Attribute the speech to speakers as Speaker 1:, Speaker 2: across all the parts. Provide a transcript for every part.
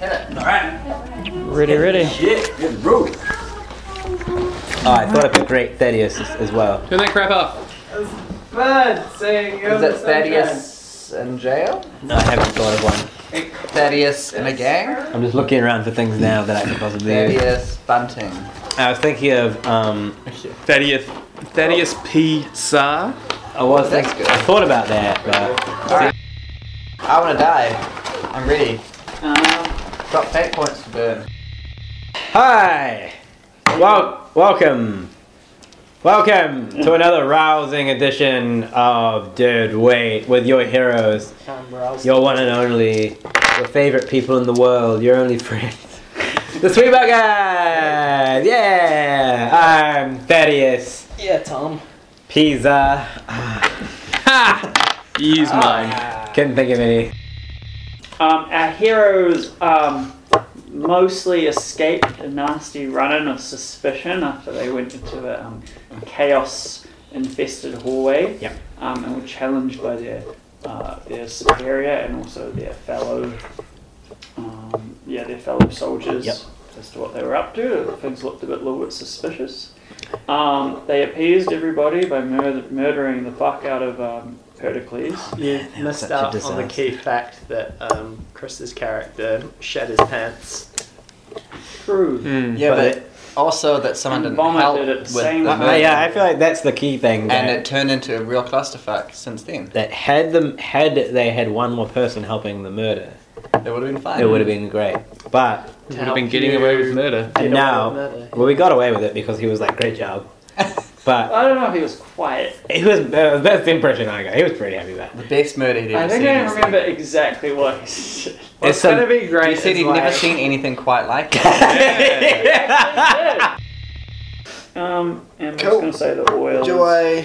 Speaker 1: Hit it.
Speaker 2: All right.
Speaker 3: Ready, ready.
Speaker 2: Shit. Good roll. Oh, I thought of a great Thaddeus as, as well.
Speaker 3: Turn that crap off.
Speaker 1: It's bad saying
Speaker 4: Is it Thaddeus in jail?
Speaker 2: No, I haven't thought of one.
Speaker 4: Thaddeus in a gang?
Speaker 2: I'm just looking around for things now that I could possibly.
Speaker 4: Thaddeus Bunting.
Speaker 2: I was thinking of um.
Speaker 3: Thaddeus, Thaddeus P. Saar.
Speaker 2: I was
Speaker 4: That's
Speaker 2: thinking,
Speaker 4: good.
Speaker 2: I thought about that, but
Speaker 4: I wanna die. I'm ready.
Speaker 5: Uh,
Speaker 1: Um,
Speaker 4: Got fate points to burn.
Speaker 2: hi, well, welcome, welcome to another rousing edition of Dude Wait with your heroes,
Speaker 1: I'm roused.
Speaker 2: your one and only, your favorite people in the world, your only friends, the Sweetback Guys. Yeah, I'm Thaddeus
Speaker 1: Yeah, Tom.
Speaker 2: Pisa. Ah.
Speaker 3: Ha! Use mine.
Speaker 2: Couldn't think of any.
Speaker 5: Um, our heroes um, mostly escaped a nasty run-in of suspicion after they went into the um, chaos-infested hallway
Speaker 2: Yep.
Speaker 5: um, and were challenged by their uh, their superior and also their fellow um, yeah their fellow soldiers
Speaker 2: Yep.
Speaker 5: as to what they were up to. Things looked a bit little bit suspicious. Um, they appeased everybody by murder- murdering the fuck out of um, Pericles.
Speaker 1: You
Speaker 2: such
Speaker 1: missed
Speaker 2: a
Speaker 1: out on the
Speaker 2: disaster.
Speaker 1: key fact that um, Chris's character shed his pants.
Speaker 5: True.
Speaker 3: Hmm.
Speaker 4: Yeah, but, also that someone
Speaker 5: And
Speaker 4: didn't
Speaker 5: vomited
Speaker 4: help
Speaker 5: at the
Speaker 4: with
Speaker 5: same
Speaker 4: the
Speaker 5: time.
Speaker 2: Uh,
Speaker 4: murder.
Speaker 2: yeah, I feel like that's the key thing.
Speaker 4: Uh-uh. And
Speaker 2: that-
Speaker 4: it turned into a real clusterfuck since then.
Speaker 2: that had them had they had one more person helping the murder,
Speaker 4: It would have been fine.
Speaker 2: it would have been great.
Speaker 1: To
Speaker 2: But
Speaker 3: Would have been
Speaker 1: help
Speaker 3: getting
Speaker 1: you
Speaker 3: away with murder.
Speaker 1: get away
Speaker 2: and now,
Speaker 1: with murder.
Speaker 2: well, we got away with it because he was like, "Great job." But
Speaker 5: I don't know if he was quiet.
Speaker 2: he was uh, that's the impression I got. He was pretty happy about. It.
Speaker 4: The best murder he'd
Speaker 5: I
Speaker 4: ever
Speaker 5: think
Speaker 4: seen.
Speaker 5: I
Speaker 4: was-
Speaker 5: remember exactly what he said.
Speaker 1: Well,
Speaker 2: It's
Speaker 1: it's gonna
Speaker 2: some-
Speaker 1: be great.
Speaker 4: He said
Speaker 1: is
Speaker 4: he'd
Speaker 1: like,
Speaker 4: never seen anything quite like it.
Speaker 5: Um, and
Speaker 4: Cool.
Speaker 5: I'm just gonna say the oil.
Speaker 4: Do
Speaker 5: is-
Speaker 4: I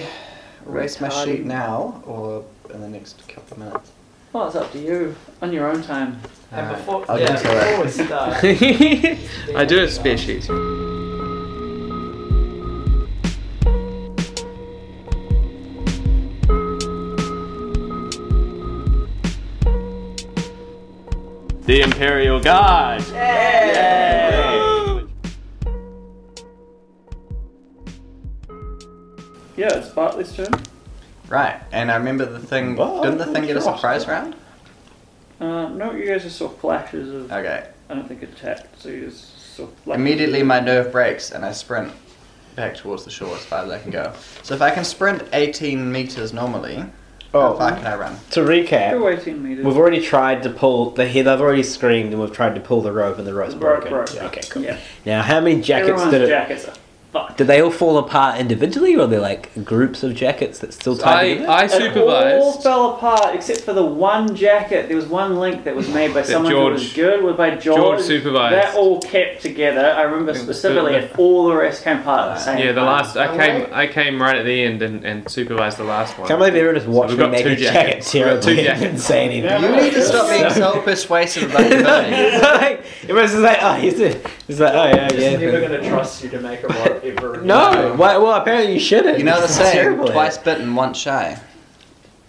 Speaker 4: erase my
Speaker 5: Retarded.
Speaker 4: sheet now or in the next couple of minutes?
Speaker 5: Well, it's up to you. On your own time.
Speaker 1: And
Speaker 4: Alright,
Speaker 1: before,
Speaker 4: I'll
Speaker 1: yeah,
Speaker 4: get to that.
Speaker 1: before we start,
Speaker 3: I do have spare sheets. The Imperial Guard.
Speaker 5: Yeah, it's Bartley's turn.
Speaker 4: Right, and I remember the thing.
Speaker 2: Well,
Speaker 4: didn't the thing get a
Speaker 2: sure.
Speaker 4: surprise round?
Speaker 5: Uh, no, you guys just saw flashes of.
Speaker 4: Okay.
Speaker 5: I don't think attacked, so you just saw flashes.
Speaker 4: Immediately my nerve breaks and I sprint back towards the shore as far as I can go. So if I can sprint 18 meters normally, how far can I run?
Speaker 2: to recap,
Speaker 5: Go 18 meters.
Speaker 2: we've already tried to pull the. They've already screamed and we've tried to pull the rope and the rope's
Speaker 5: The rope
Speaker 2: broken.
Speaker 5: broke, yeah.
Speaker 2: Okay, cool.
Speaker 5: Yeah.
Speaker 2: Now, how many jackets
Speaker 5: Everyone's
Speaker 2: did it?
Speaker 5: jackets are fucked.
Speaker 2: Did they all fall apart individually, or are they like groups of jackets that still tied
Speaker 3: I,
Speaker 2: together?
Speaker 3: I
Speaker 5: It all
Speaker 3: supervised.
Speaker 5: fell apart except for the one jacket. There was one link that was made by
Speaker 3: That
Speaker 5: someone
Speaker 3: George-
Speaker 5: who was good, was by George.
Speaker 3: George supervised.
Speaker 5: That all kept together. I remember
Speaker 3: It was
Speaker 5: specifically,
Speaker 3: the-
Speaker 5: and all the rest came part of the same.
Speaker 3: Yeah, the
Speaker 5: time.
Speaker 3: last I came I came right at the end and, and supervised the last one.
Speaker 2: Can't believe everyone just watched
Speaker 3: we've
Speaker 2: me
Speaker 3: got
Speaker 2: make
Speaker 3: two
Speaker 2: a jacket
Speaker 3: jackets. We've got
Speaker 2: tear up
Speaker 3: two
Speaker 2: and
Speaker 3: jackets.
Speaker 2: didn't say anything.
Speaker 4: You need to stop being so persuasive about your building.
Speaker 2: like, it was just like, oh, he's a, it's like, oh yeah,
Speaker 1: just never
Speaker 2: yeah.
Speaker 1: gonna trust you to make a whatever.
Speaker 2: No, why, well, apparently you shouldn't.
Speaker 4: You know the
Speaker 2: It's
Speaker 4: saying,
Speaker 2: terrible.
Speaker 4: twice bitten, once shy.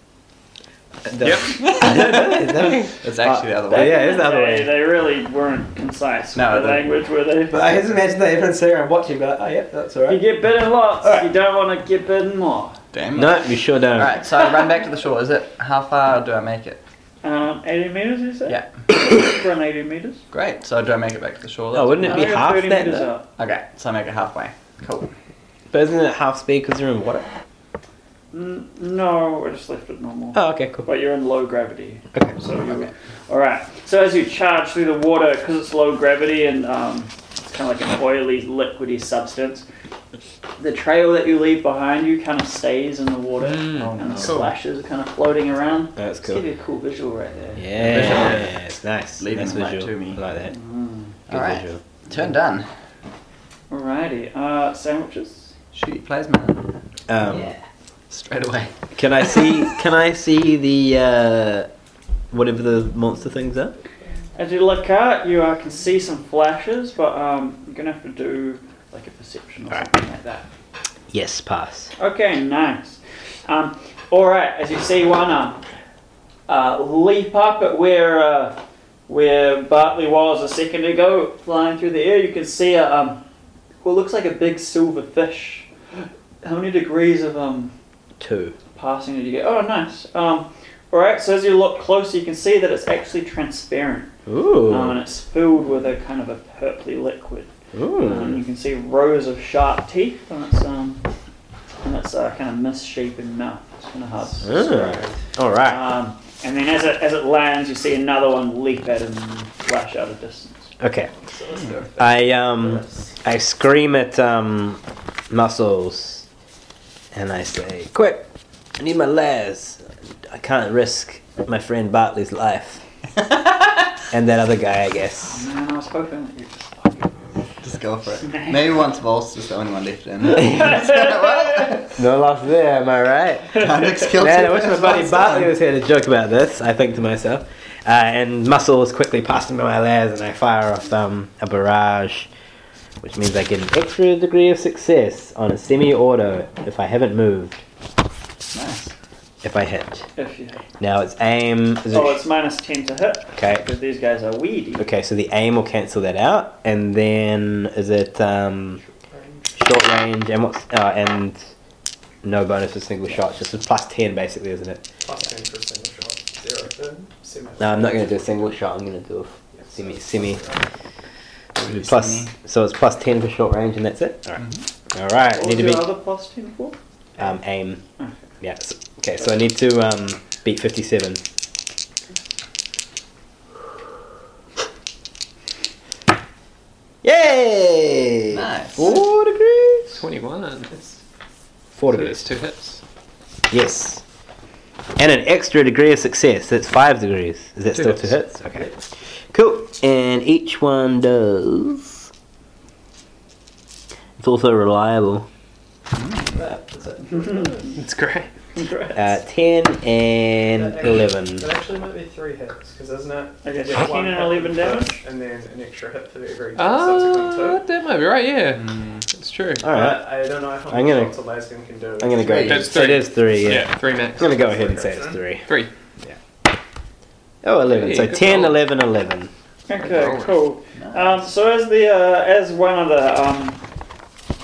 Speaker 2: The- Yep.
Speaker 4: It's actually the other
Speaker 2: Uh,
Speaker 4: way.
Speaker 2: yeah, it's the other
Speaker 5: They-
Speaker 2: way.
Speaker 5: They really weren't concise
Speaker 4: No,
Speaker 5: with the
Speaker 4: they-
Speaker 5: language, were they?
Speaker 2: but I just imagine that everyone's sitting around watching, but oh yeah, that's
Speaker 5: you
Speaker 2: alright.
Speaker 5: get bitten lots,
Speaker 2: Alright.
Speaker 5: you don't want to get bitten more.
Speaker 4: Damn it.
Speaker 2: No, you sure don't.
Speaker 4: Alright, so I run back to the shore. Is it how far do I make it?
Speaker 5: Um, 80 meters, you say?
Speaker 4: Yeah.
Speaker 5: Run 80 meters.
Speaker 4: Great. So do I make it back to the shore?
Speaker 2: Oh, wouldn't it
Speaker 5: No,
Speaker 2: be
Speaker 5: you're
Speaker 2: half
Speaker 5: 30
Speaker 2: that?
Speaker 5: meters
Speaker 2: though?
Speaker 5: up.
Speaker 4: Okay, so I make it halfway. Cool.
Speaker 2: But isn't it half speed because you're in water?
Speaker 5: N- no, I just left it normal.
Speaker 2: Oh, okay, cool.
Speaker 5: But you're in low gravity.
Speaker 2: Okay.
Speaker 5: So you
Speaker 4: Okay.
Speaker 5: all right. So as you charge through the water, because it's low gravity and um, it's kind of like an oily, liquidy substance, the trail that you leave behind you kind of stays in the water,
Speaker 4: Oh,
Speaker 5: and the
Speaker 4: no.
Speaker 5: splashes are kind of floating around.
Speaker 2: That's
Speaker 5: It's
Speaker 2: cool.
Speaker 5: giving a cool visual right there.
Speaker 2: Yeah, it's nice.
Speaker 4: Leading
Speaker 2: Nice
Speaker 4: the light
Speaker 2: visual.
Speaker 4: to me.
Speaker 2: I like that. Good
Speaker 4: Alright.
Speaker 2: visual.
Speaker 4: Turn done.
Speaker 5: Alrighty. Uh, sandwiches.
Speaker 4: Shoot your plasma.
Speaker 2: Um,
Speaker 4: Straight away.
Speaker 2: Can I see? Can I see the uh, whatever the monster things are?
Speaker 5: As you look out, you uh, can see some flashes, but um, you're gonna have to do like a perception or something like that.
Speaker 2: Yes, pass.
Speaker 5: Okay, nice. Um, all right, as you see one um, uh, leap up at where uh, where Bartley was a second ago, flying through the air, you can see a um, what looks like a big silver fish. How many degrees of um,
Speaker 2: Two.
Speaker 5: passing did you get? Oh, nice. Um, all right. So as you look closer, you can see that it's actually transparent,
Speaker 2: Ooh.
Speaker 5: um, and it's filled with a kind of a purply liquid. Um,
Speaker 2: Ooh.
Speaker 5: you can see rows of sharp teeth on its um, on its uh, kind of misshapen mouth. It's kind of hard. to
Speaker 2: Ah.
Speaker 5: describe.
Speaker 2: All right.
Speaker 5: Um, and then as it as it lands, you see another one leap at him and flash out of distance.
Speaker 2: Okay.
Speaker 5: So let's go.
Speaker 2: I um I scream at um muscles, and I say, "Quick! I need my lares. I can't risk my friend Bartley's life." and that other guy, I guess.
Speaker 5: Man, I was hoping that you just.
Speaker 4: Just go for it.
Speaker 5: Nice.
Speaker 4: Maybe once Volster's the only one left in. What?
Speaker 2: No loss there, am I right?
Speaker 4: Alex killed
Speaker 2: Man, I
Speaker 4: two
Speaker 2: wish my
Speaker 4: birds
Speaker 2: buddy
Speaker 4: with one
Speaker 2: Bartley
Speaker 4: stone.
Speaker 2: was here to joke about this. I think to myself. Uh, and muscles quickly pass me my lares, and I fire off um, a barrage, which means I get an extra degree of success on a semi-auto if I haven't moved.
Speaker 4: Nice.
Speaker 2: If I hit.
Speaker 5: If you,
Speaker 2: Now it's aim. Is it-
Speaker 5: oh, it's minus ten to hit
Speaker 2: okay.
Speaker 5: because these guys are weedy.
Speaker 2: Okay, so the aim will cancel that out, and then is it um, short range and what's uh, and no bonus for single shots? Just a plus ten, basically, isn't it?
Speaker 1: Plus 10 for a single shot. Zero for semi.
Speaker 2: No, I'm not going to do a single shot. I'm going to do a f- semi, semi.
Speaker 4: Really
Speaker 2: Plus,
Speaker 4: semi.
Speaker 2: so it's plus ten for short range, and that's it. All right.
Speaker 4: Mm-hmm.
Speaker 2: All right.
Speaker 5: What
Speaker 2: I need
Speaker 5: was
Speaker 2: to
Speaker 5: your
Speaker 2: beat
Speaker 5: other plus ten for?
Speaker 2: um, aim. Yeah. s- Okay, so I need to um, beat fifty-seven. Yay!
Speaker 4: Nice.
Speaker 2: Four degrees.
Speaker 3: 21.
Speaker 2: Four
Speaker 3: So
Speaker 2: degrees.
Speaker 3: that's two hits.
Speaker 2: Yes. And an extra degree of success. That's five degrees. Is that
Speaker 3: Two
Speaker 2: still two
Speaker 3: hits.
Speaker 2: hits? Okay. Cool. And each one does. It's also reliable. Mm-hmm.
Speaker 3: It's great.
Speaker 5: Congrats.
Speaker 2: Uh, 10 and
Speaker 1: That actually-
Speaker 2: 11.
Speaker 1: That actually might be three hits, because isn't it?
Speaker 5: I guess
Speaker 1: you get
Speaker 5: 15
Speaker 1: one
Speaker 5: and
Speaker 1: hit
Speaker 5: 11
Speaker 1: for-
Speaker 5: damage?
Speaker 1: And then an extra hit for the agreed
Speaker 3: Ah,
Speaker 1: subsequent Mm. two.
Speaker 3: that might be right, yeah. It's true.
Speaker 2: Alright.
Speaker 1: But I don't know how
Speaker 2: I'm
Speaker 1: many
Speaker 2: gonna-
Speaker 1: shots a lesbian can do.
Speaker 2: I'm going to go.
Speaker 4: That's
Speaker 2: So it
Speaker 3: three.
Speaker 2: is three, yeah.
Speaker 3: Yeah, three
Speaker 2: I'm
Speaker 3: max.
Speaker 2: going to go ahead and say it's three.
Speaker 3: Three.
Speaker 2: Oh, 11. So
Speaker 3: Hey, good
Speaker 2: 10,
Speaker 3: roll.
Speaker 2: 11, 11.
Speaker 5: Okay,
Speaker 3: Rollers.
Speaker 5: cool. Um, so as the uh, as one of the um,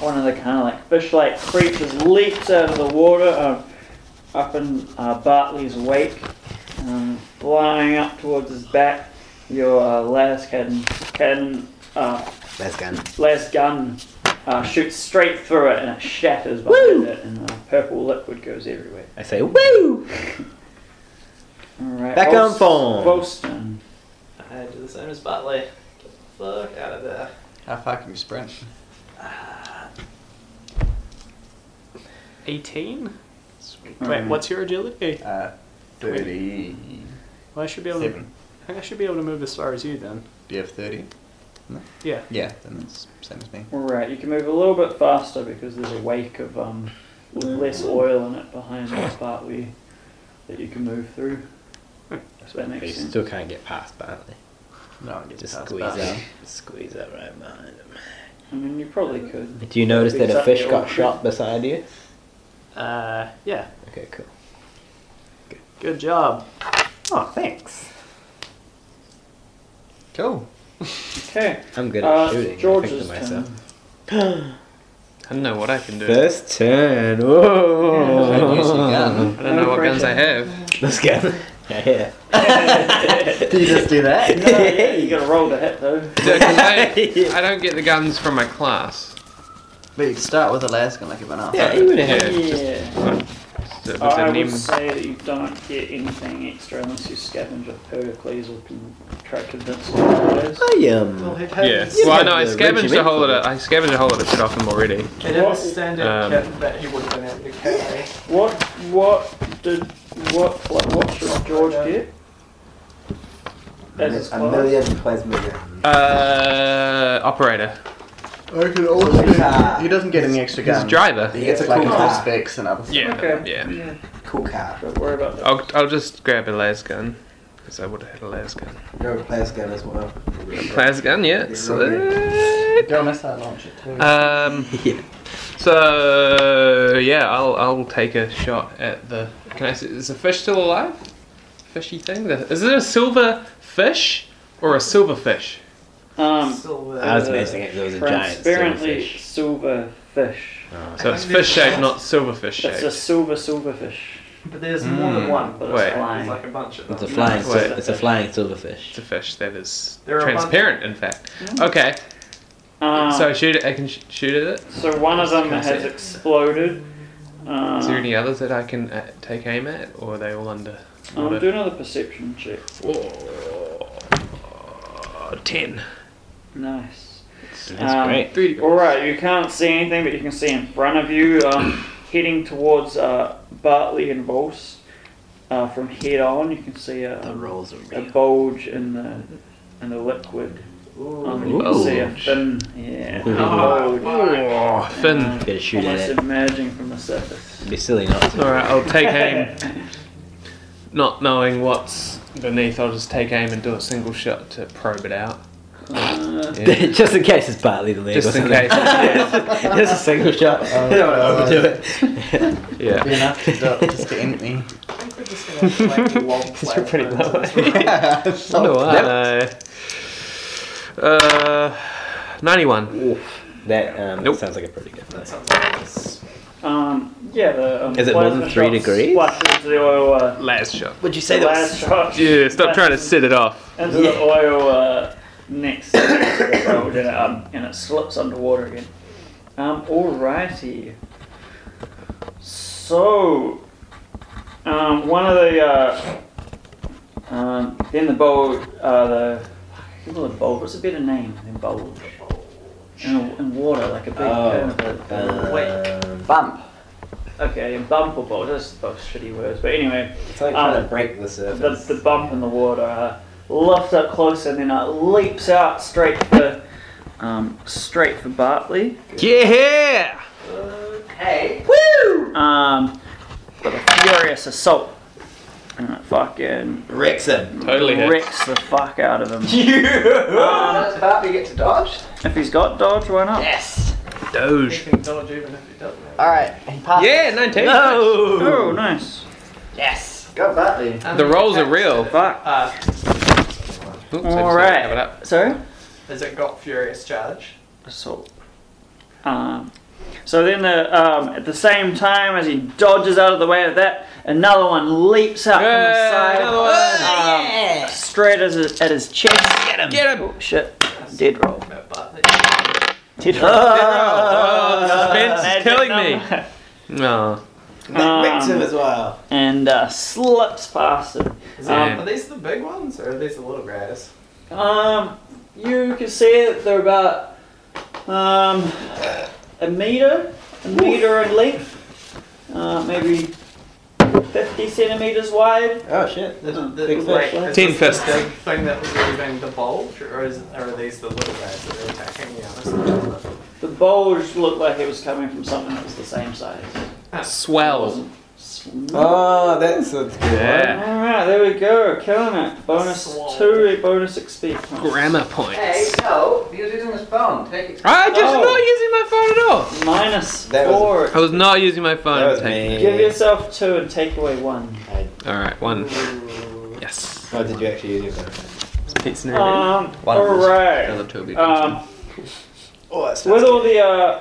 Speaker 5: one of the kind of like fish-like creatures leaps out of the water, um, up in uh, Bartley's wake, um, flying up towards his back, your uh, last cannon, cannon uh,
Speaker 2: That's gone.
Speaker 5: last gun uh, shoots straight through it and it shatters behind it, and uh, purple liquid goes everywhere.
Speaker 2: I say, woo!
Speaker 5: All right,
Speaker 2: Back on
Speaker 5: Volst-
Speaker 2: form.
Speaker 5: Volston.
Speaker 1: I do the same as Bartley. Get the fuck out of there.
Speaker 4: How far can you sprint?
Speaker 1: 18? Sweet.
Speaker 2: Hmm.
Speaker 1: Wait,
Speaker 5: Mm.
Speaker 1: what's your agility?
Speaker 4: Uh, 30.
Speaker 1: Well, I should be able to.
Speaker 4: Seven.
Speaker 1: I think I should be able to move as far as you then.
Speaker 4: Do you have 30?
Speaker 1: Yeah.
Speaker 4: Yeah, then that's same as me.
Speaker 5: All right, you can move a little bit faster because there's a wake of um, with less oil in it behind the part where you- that you can move through. If that
Speaker 2: You
Speaker 5: makes sense.
Speaker 2: still can't get past Bartley.
Speaker 4: No one gets
Speaker 2: Just
Speaker 4: past
Speaker 2: squeeze
Speaker 4: that.
Speaker 2: out. Squeeze out right behind him.
Speaker 5: I mean, you probably could.
Speaker 2: Do you notice that a
Speaker 5: Exactly.
Speaker 2: fish got shot beside you?
Speaker 1: Uh, yeah.
Speaker 2: Okay, cool.
Speaker 1: Good job.
Speaker 2: Oh, thanks.
Speaker 4: Cool.
Speaker 5: Okay.
Speaker 2: I'm good at
Speaker 5: Uh,
Speaker 2: shooting. I think
Speaker 5: George's
Speaker 2: to myself.
Speaker 5: turn.
Speaker 3: I don't know what I can do.
Speaker 2: First turn.
Speaker 4: Don't use your
Speaker 2: Whoa.
Speaker 4: gun.
Speaker 3: I don't know what guns I have.
Speaker 2: Let's go. Yeah, yeah.
Speaker 4: Do you just do that?
Speaker 5: Oh, yeah, you got to roll to hit though.
Speaker 3: No, 'cause I, I don't get the guns from my class.
Speaker 4: But you start with Alaska like you've been asked.
Speaker 2: Yeah, he would have.
Speaker 3: Yeah, just-
Speaker 5: Yeah.
Speaker 3: So it
Speaker 5: I
Speaker 3: doesn't
Speaker 5: would
Speaker 3: even-
Speaker 5: say that you don't get anything extra unless you scavenge with Pericles or can try to convince him otherwise.
Speaker 2: I
Speaker 1: Well,
Speaker 2: um.
Speaker 1: have
Speaker 3: Yeah.
Speaker 1: his-
Speaker 2: You
Speaker 3: Well,
Speaker 2: have
Speaker 3: no, I
Speaker 2: the
Speaker 3: scavenged a hole at
Speaker 2: regimental.
Speaker 3: a, I scavenged a hole at a shit off him already.
Speaker 1: It is a standard
Speaker 3: Um,
Speaker 1: kit that he would have been able to carry.
Speaker 5: What? What did? What? What, what should George get? As his class?
Speaker 2: plasma
Speaker 3: Uh, operator.
Speaker 4: I could
Speaker 2: car.
Speaker 4: also. He doesn't get any extra
Speaker 3: His
Speaker 4: guns.
Speaker 3: driver.
Speaker 4: He gets
Speaker 2: It's a
Speaker 4: like
Speaker 2: cool
Speaker 4: cool
Speaker 2: car.
Speaker 4: specs and other stuff.
Speaker 3: Yeah.
Speaker 5: Okay.
Speaker 3: Yeah.
Speaker 2: Cool car.
Speaker 5: Don't worry about that.
Speaker 3: I'll, I'll just grab a las gun because I would have had a las gun.
Speaker 2: You're a plasma as well.
Speaker 3: Las gun, yeah. Sweet.
Speaker 4: Don't miss that launch it too.
Speaker 3: Um.
Speaker 2: Yeah.
Speaker 3: So yeah, I'll I'll take a shot at the. Can I? s- Is the fish still alive? Fishy thing. The- Is it a silver fish? Or a silverfish. Oh.
Speaker 5: Um,
Speaker 2: I was
Speaker 5: Uh,
Speaker 2: guessing it was a giant
Speaker 5: transparently
Speaker 2: silverfish.
Speaker 5: silver fish.
Speaker 3: So it's fish shaped, not silverfish
Speaker 5: It's a
Speaker 3: shaped.
Speaker 5: silver silver fish.
Speaker 6: But there's more than
Speaker 3: Mm,
Speaker 6: one.
Speaker 5: But
Speaker 3: wait.
Speaker 6: Hmm.
Speaker 5: it's
Speaker 6: There's
Speaker 5: flying.
Speaker 6: like a bunch of them.
Speaker 2: It's a flying.
Speaker 3: Wait.
Speaker 2: sil- it's a flying silverfish.
Speaker 3: It's a fish that is
Speaker 6: There are a bunch-
Speaker 3: transparent, in fact. Okay,
Speaker 5: Um,
Speaker 3: so
Speaker 5: so,
Speaker 3: I shoot. I can sh- shoot at it.
Speaker 5: one of them
Speaker 3: Can I
Speaker 5: has
Speaker 3: see it?
Speaker 5: exploded. Um,
Speaker 3: Is there any others that I can uh, take aim at, or are they all under?
Speaker 5: um,
Speaker 3: water?
Speaker 5: do another perception check.
Speaker 3: Whoa. Ten.
Speaker 5: Nice.
Speaker 2: That's
Speaker 5: Um,
Speaker 2: great.
Speaker 3: Three to go.
Speaker 5: All right, you can't see anything, but you can see in front of you, um, heading towards uh, Bartley and Bolse. Uh, from head on, you can see a,
Speaker 2: The rolls are
Speaker 5: a
Speaker 2: real.
Speaker 5: bulge in the in the liquid. Um, you can see a
Speaker 3: Bulge.
Speaker 5: fin, yeah,
Speaker 2: Ooh.
Speaker 5: bulge,
Speaker 3: Oh, fin.
Speaker 2: Gotta shoot
Speaker 5: almost
Speaker 2: at it.
Speaker 5: emerging from the surface.
Speaker 2: It'd be silly not to.
Speaker 3: All right, I'll take aim. Not knowing what's beneath, I'll just take aim and do a single shot to probe it out.
Speaker 5: Uh,
Speaker 3: Yeah.
Speaker 2: Just in case it's partly the leg
Speaker 3: Just
Speaker 2: or
Speaker 3: in
Speaker 2: something.
Speaker 3: case.
Speaker 2: Just a single shot.
Speaker 5: Oh,
Speaker 2: I don't know how to do it.
Speaker 3: yeah.
Speaker 4: Be enough to, do- just to end me.
Speaker 6: I think we're just gonna have to, like lob
Speaker 2: You're pretty
Speaker 6: platforms
Speaker 2: low.
Speaker 6: in this room.
Speaker 3: Wonder why. Uh, 91.
Speaker 2: That um,
Speaker 3: Nope.
Speaker 2: sounds like a pretty good.
Speaker 6: That sounds like it's
Speaker 5: Um, yeah, the um,
Speaker 2: Is it more than
Speaker 5: plasma
Speaker 2: three
Speaker 5: shots
Speaker 2: degrees?
Speaker 5: Splash into the oil. Uh,
Speaker 3: Last shot.
Speaker 2: Would you
Speaker 5: the last shot.
Speaker 3: Yeah, stop
Speaker 5: splash
Speaker 3: trying to set it off.
Speaker 5: Into the oil uh, next to the bulge, and, it, um, and it slips underwater again. Um, alrighty. So, um, one of the uh, um, then the bulge, uh, the people the bulge. What's a better name than bulge? In, in water, like a big
Speaker 2: Oh,
Speaker 5: kind of a- uh,
Speaker 2: um,
Speaker 4: Bump.
Speaker 5: Okay, and bump or bolt, those are both shitty words. But anyway,
Speaker 2: it's like
Speaker 5: trying
Speaker 2: trying
Speaker 5: to
Speaker 2: to break Um, the
Speaker 5: the,
Speaker 2: surface.
Speaker 5: the bump in the water uh, lifts up close and then it leaps out straight for um, straight for Bartley.
Speaker 3: Yeah!
Speaker 6: okay.
Speaker 5: Um, with a furious assault. And it fucking
Speaker 2: Wrecks him.
Speaker 3: Totally hit.
Speaker 5: wrecks the fuck out of him.
Speaker 4: Does Barbie get to dodge?
Speaker 5: If he's got dodge, why not?
Speaker 4: Yes.
Speaker 6: You
Speaker 3: Doge.
Speaker 6: can dodge even if it doesn't. Have.
Speaker 4: All right. He passed.
Speaker 3: Yeah, 19.
Speaker 5: Oh, nice.
Speaker 4: Yes. Go Bartley.
Speaker 6: Um,
Speaker 3: The rolls are real.
Speaker 5: Fuck.
Speaker 6: Uh,
Speaker 3: Oops, I just
Speaker 5: All
Speaker 3: have it up.
Speaker 5: right. So
Speaker 6: has it got furious charge?
Speaker 5: assault. Um, so then, the, um, at the same time as he dodges out of the way of that, another one leaps out from the
Speaker 3: Yeah,
Speaker 5: side,
Speaker 3: another one.
Speaker 5: um, straight at his, at his chest. Get him!
Speaker 3: Get him!
Speaker 5: Oh, shit! Dead roll.
Speaker 6: No, Bartley.
Speaker 5: Dead roll.
Speaker 3: Oh, the
Speaker 2: Uh,
Speaker 3: suspense is
Speaker 5: Magic
Speaker 3: killing me. Oh.
Speaker 5: number.
Speaker 3: No.
Speaker 5: Um,
Speaker 2: Wrecks him as well.
Speaker 5: And uh, slips past him.
Speaker 6: Is it-
Speaker 3: Yeah.
Speaker 6: are these the big ones or are these the little guys?
Speaker 5: Um, you can see that they're about um, a meter, a meter in length, uh, maybe 50 centimeters wide.
Speaker 2: Oh shit.
Speaker 6: The, the,
Speaker 2: Big
Speaker 6: like,
Speaker 2: fish.
Speaker 6: is
Speaker 3: Tin
Speaker 6: this the
Speaker 3: fist.
Speaker 6: big thing that was leaving the bulge, or, is, or are these the little guys that are attacking the other side?
Speaker 5: The bulge looked like it was coming from something that was the same size.
Speaker 3: Swell.
Speaker 2: Oh, that's a good.
Speaker 3: Yeah.
Speaker 5: Alright, there we go, killing it. Bonus
Speaker 6: Swole.
Speaker 5: two, bonus XP.
Speaker 3: Grammar points.
Speaker 4: Hey, no. He was using his phone. Take it.
Speaker 3: I just
Speaker 5: Oh.
Speaker 3: not using my phone at all.
Speaker 5: Minus
Speaker 2: That was-
Speaker 5: four.
Speaker 3: I was not using my phone.
Speaker 2: That was
Speaker 5: Give
Speaker 2: me.
Speaker 5: yourself two and take away one.
Speaker 3: All right, one. Yes.
Speaker 2: Oh, did you actually use your phone?
Speaker 5: Um,
Speaker 4: One of those.
Speaker 3: The other
Speaker 5: alright.
Speaker 3: two will be
Speaker 5: Um,
Speaker 2: Oh, that's
Speaker 5: with all the uh,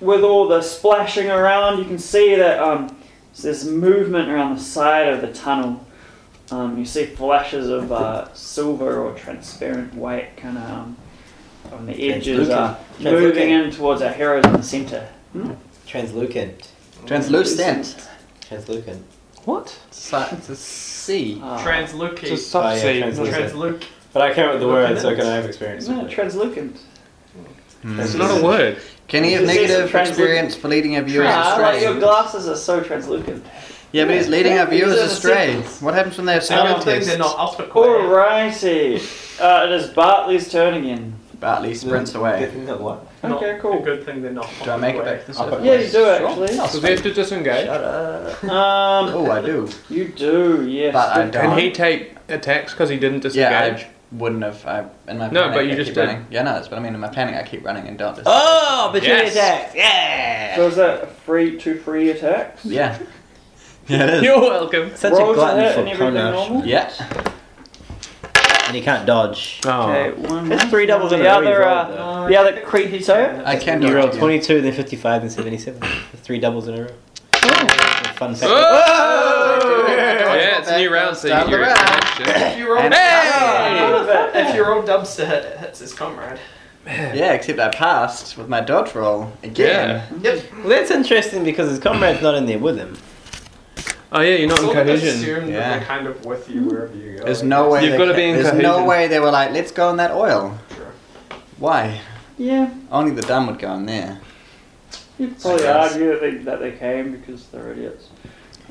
Speaker 5: with all the splashing around, you can see that um, there's movement around the side of the tunnel. Um, you see flashes of uh, silver or transparent white, kind of um, on the edges, uh,
Speaker 2: Translucent.
Speaker 5: moving in towards our heroes in the center.
Speaker 2: uh, Translucent.
Speaker 4: Uh, Translucent.
Speaker 2: Translucent.
Speaker 3: What?
Speaker 4: It's like- it's a C.
Speaker 5: Uh,
Speaker 6: Translucate. Translucate.
Speaker 3: It's a
Speaker 2: Oh,
Speaker 3: soft
Speaker 2: yeah,
Speaker 3: C.
Speaker 2: trans-
Speaker 6: Transluc-
Speaker 2: But I came up with the word, so can I have
Speaker 5: It's
Speaker 2: experience?
Speaker 5: not
Speaker 2: with it?
Speaker 5: translucent.
Speaker 3: It's not a word.
Speaker 4: Can he have
Speaker 5: Is this a
Speaker 4: negative
Speaker 5: translu-
Speaker 4: experience for leading a viewer
Speaker 5: Ah, like
Speaker 4: astray?
Speaker 5: your glasses are so translucent.
Speaker 4: Yeah, but he's leading our viewers astray. What happens when they have
Speaker 6: I don't
Speaker 4: sound
Speaker 6: think they're
Speaker 4: tests?
Speaker 6: not optical.
Speaker 5: Alrighty. Uh, it is Bartley's turn again.
Speaker 4: Bartley sprints away.
Speaker 2: Isn't that what?
Speaker 6: Not
Speaker 5: Okay, cool.
Speaker 6: A good thing they're not.
Speaker 4: Do I make it
Speaker 6: optical.
Speaker 4: back to
Speaker 2: I'll put
Speaker 4: the
Speaker 5: Yeah, you do actually.
Speaker 3: So we have to disengage.
Speaker 5: Um,
Speaker 4: Oh, I do.
Speaker 5: you do, yes.
Speaker 4: But I don't.
Speaker 3: Can he take attacks because he didn't
Speaker 4: Yeah,
Speaker 3: disengage?
Speaker 4: I wouldn't have. I, in my
Speaker 3: No,
Speaker 4: panic,
Speaker 3: but you
Speaker 4: I
Speaker 3: just
Speaker 4: keep
Speaker 3: did.
Speaker 4: running. Yeah, no, that's what I mean. In my panic, I keep running and don't. Just,
Speaker 2: Oh, opportunity
Speaker 3: Yes.
Speaker 2: attack! Yeah!
Speaker 5: So is that a free, two free attacks?
Speaker 4: Yeah. Yeah, it is.
Speaker 3: You're welcome.
Speaker 2: Such
Speaker 5: Roll
Speaker 2: a
Speaker 5: to hit and
Speaker 2: glutton for
Speaker 5: everything normal?
Speaker 2: punish.
Speaker 4: Yeah.
Speaker 2: and he can't dodge.
Speaker 3: Oh.
Speaker 5: Okay, one.
Speaker 2: That's three doubles in
Speaker 5: the
Speaker 2: a row you've
Speaker 5: other,
Speaker 2: rolled,
Speaker 5: uh,
Speaker 2: though.
Speaker 6: No,
Speaker 5: the
Speaker 6: I
Speaker 5: other
Speaker 6: think
Speaker 5: creature,
Speaker 6: he
Speaker 5: sorry?
Speaker 6: can.
Speaker 4: I can
Speaker 2: You
Speaker 4: dodge
Speaker 2: rolled
Speaker 4: again.
Speaker 2: 22, then 55, then 77. That's three doubles in a row.
Speaker 4: Oh.
Speaker 2: Fun fact.
Speaker 3: Yeah, it's a new round, so you
Speaker 4: Start
Speaker 3: can do
Speaker 4: the
Speaker 3: your
Speaker 4: round.
Speaker 3: action.
Speaker 6: If you roll,
Speaker 4: And-
Speaker 6: Hey! if you roll dubs to hit, it hits his comrade.
Speaker 4: Yeah, except I passed with my dodge roll again.
Speaker 6: Yep.
Speaker 2: Well, that's interesting because his comrade's not in there with him.
Speaker 3: Oh yeah, you're not in
Speaker 6: Sort of
Speaker 3: cohesion.
Speaker 6: assume
Speaker 4: Yeah.
Speaker 6: that they're kind of with you wherever you go.
Speaker 4: There's
Speaker 6: I
Speaker 4: no way.
Speaker 3: You've
Speaker 4: they
Speaker 3: gotta
Speaker 4: ca-
Speaker 3: be in
Speaker 4: There's no
Speaker 3: cohesion.
Speaker 4: way they were like, let's go in that oil.
Speaker 6: guess. Sure.
Speaker 4: Why?
Speaker 5: Yeah,
Speaker 4: Only the dumb would go in there.
Speaker 5: you could probably
Speaker 4: Yes.
Speaker 5: argue that they, that they came because they're idiots.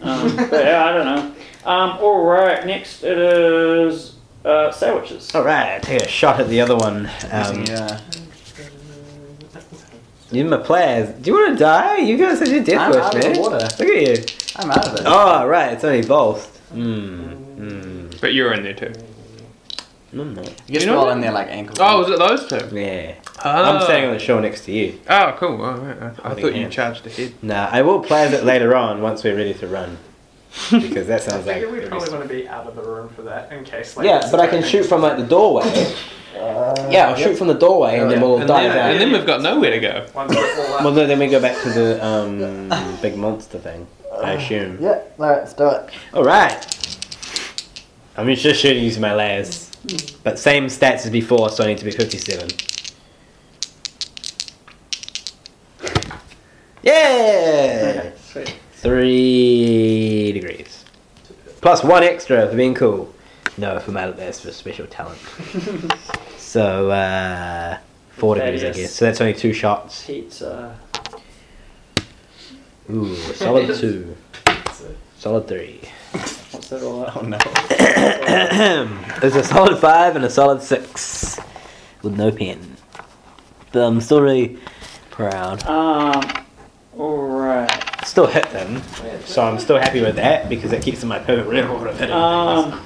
Speaker 5: Um, but yeah, I don't know. Um, all right, next it is uh, sandwiches.
Speaker 2: All right, I take a shot at the other one. Um,
Speaker 4: Using, uh,
Speaker 2: You my players. Do you want to die? You guys such a
Speaker 4: I'm out
Speaker 2: death
Speaker 4: of
Speaker 2: wish,
Speaker 4: the
Speaker 2: man.
Speaker 4: water.
Speaker 2: Look at you.
Speaker 4: I'm out of it.
Speaker 2: Oh, right, it's only both. Mmm. Mmm.
Speaker 3: But you're in there too.
Speaker 2: Mm.
Speaker 4: You just
Speaker 3: You know
Speaker 4: roll
Speaker 3: what?
Speaker 4: in there like ankle.
Speaker 3: Oh, was it those two?
Speaker 2: Yeah.
Speaker 3: Oh.
Speaker 4: Uh.
Speaker 2: I'm standing on the shore next to you.
Speaker 3: Oh, cool. All right. I, I
Speaker 2: Holding
Speaker 3: thought you
Speaker 2: hands.
Speaker 3: charged ahead.
Speaker 2: Nah, I will play it later on once we're ready to run. Because that
Speaker 6: I
Speaker 2: sounds like.
Speaker 6: figure we
Speaker 2: every-
Speaker 6: probably want to be out of the room for that in case. Like,
Speaker 2: Yeah,
Speaker 6: this is
Speaker 2: but I can
Speaker 6: happening.
Speaker 2: shoot from like the doorway. yeah, I'll shoot from the doorway and then we'll
Speaker 3: Uh, And
Speaker 2: dive
Speaker 3: then,
Speaker 2: out.
Speaker 3: and then we've got nowhere to go.
Speaker 6: Once we're all up.
Speaker 2: Well, no, then we go back to the um, big monster thing, I assume.
Speaker 4: Yeah, alright, let's do it.
Speaker 2: All right. I'm just shooting using my layers, but same stats as before, so I need to be 57. Yeah,
Speaker 5: Okay, sweet.
Speaker 2: three degrees, plus one extra for being cool. No, for my that's for special talent. so uh, four degrees, I
Speaker 5: Thaddeus.
Speaker 2: guess. So that's only two shots.
Speaker 5: Pizza.
Speaker 2: Ooh, solid two, solid three.
Speaker 5: What's that all
Speaker 4: Oh
Speaker 5: up?
Speaker 4: no.
Speaker 2: There's a solid five and a solid six with no pen. But I'm still really proud.
Speaker 5: Um, all right.
Speaker 2: Still hit them, so I'm still happy with that because it keeps in my perfect record of hitting. things.
Speaker 5: Um,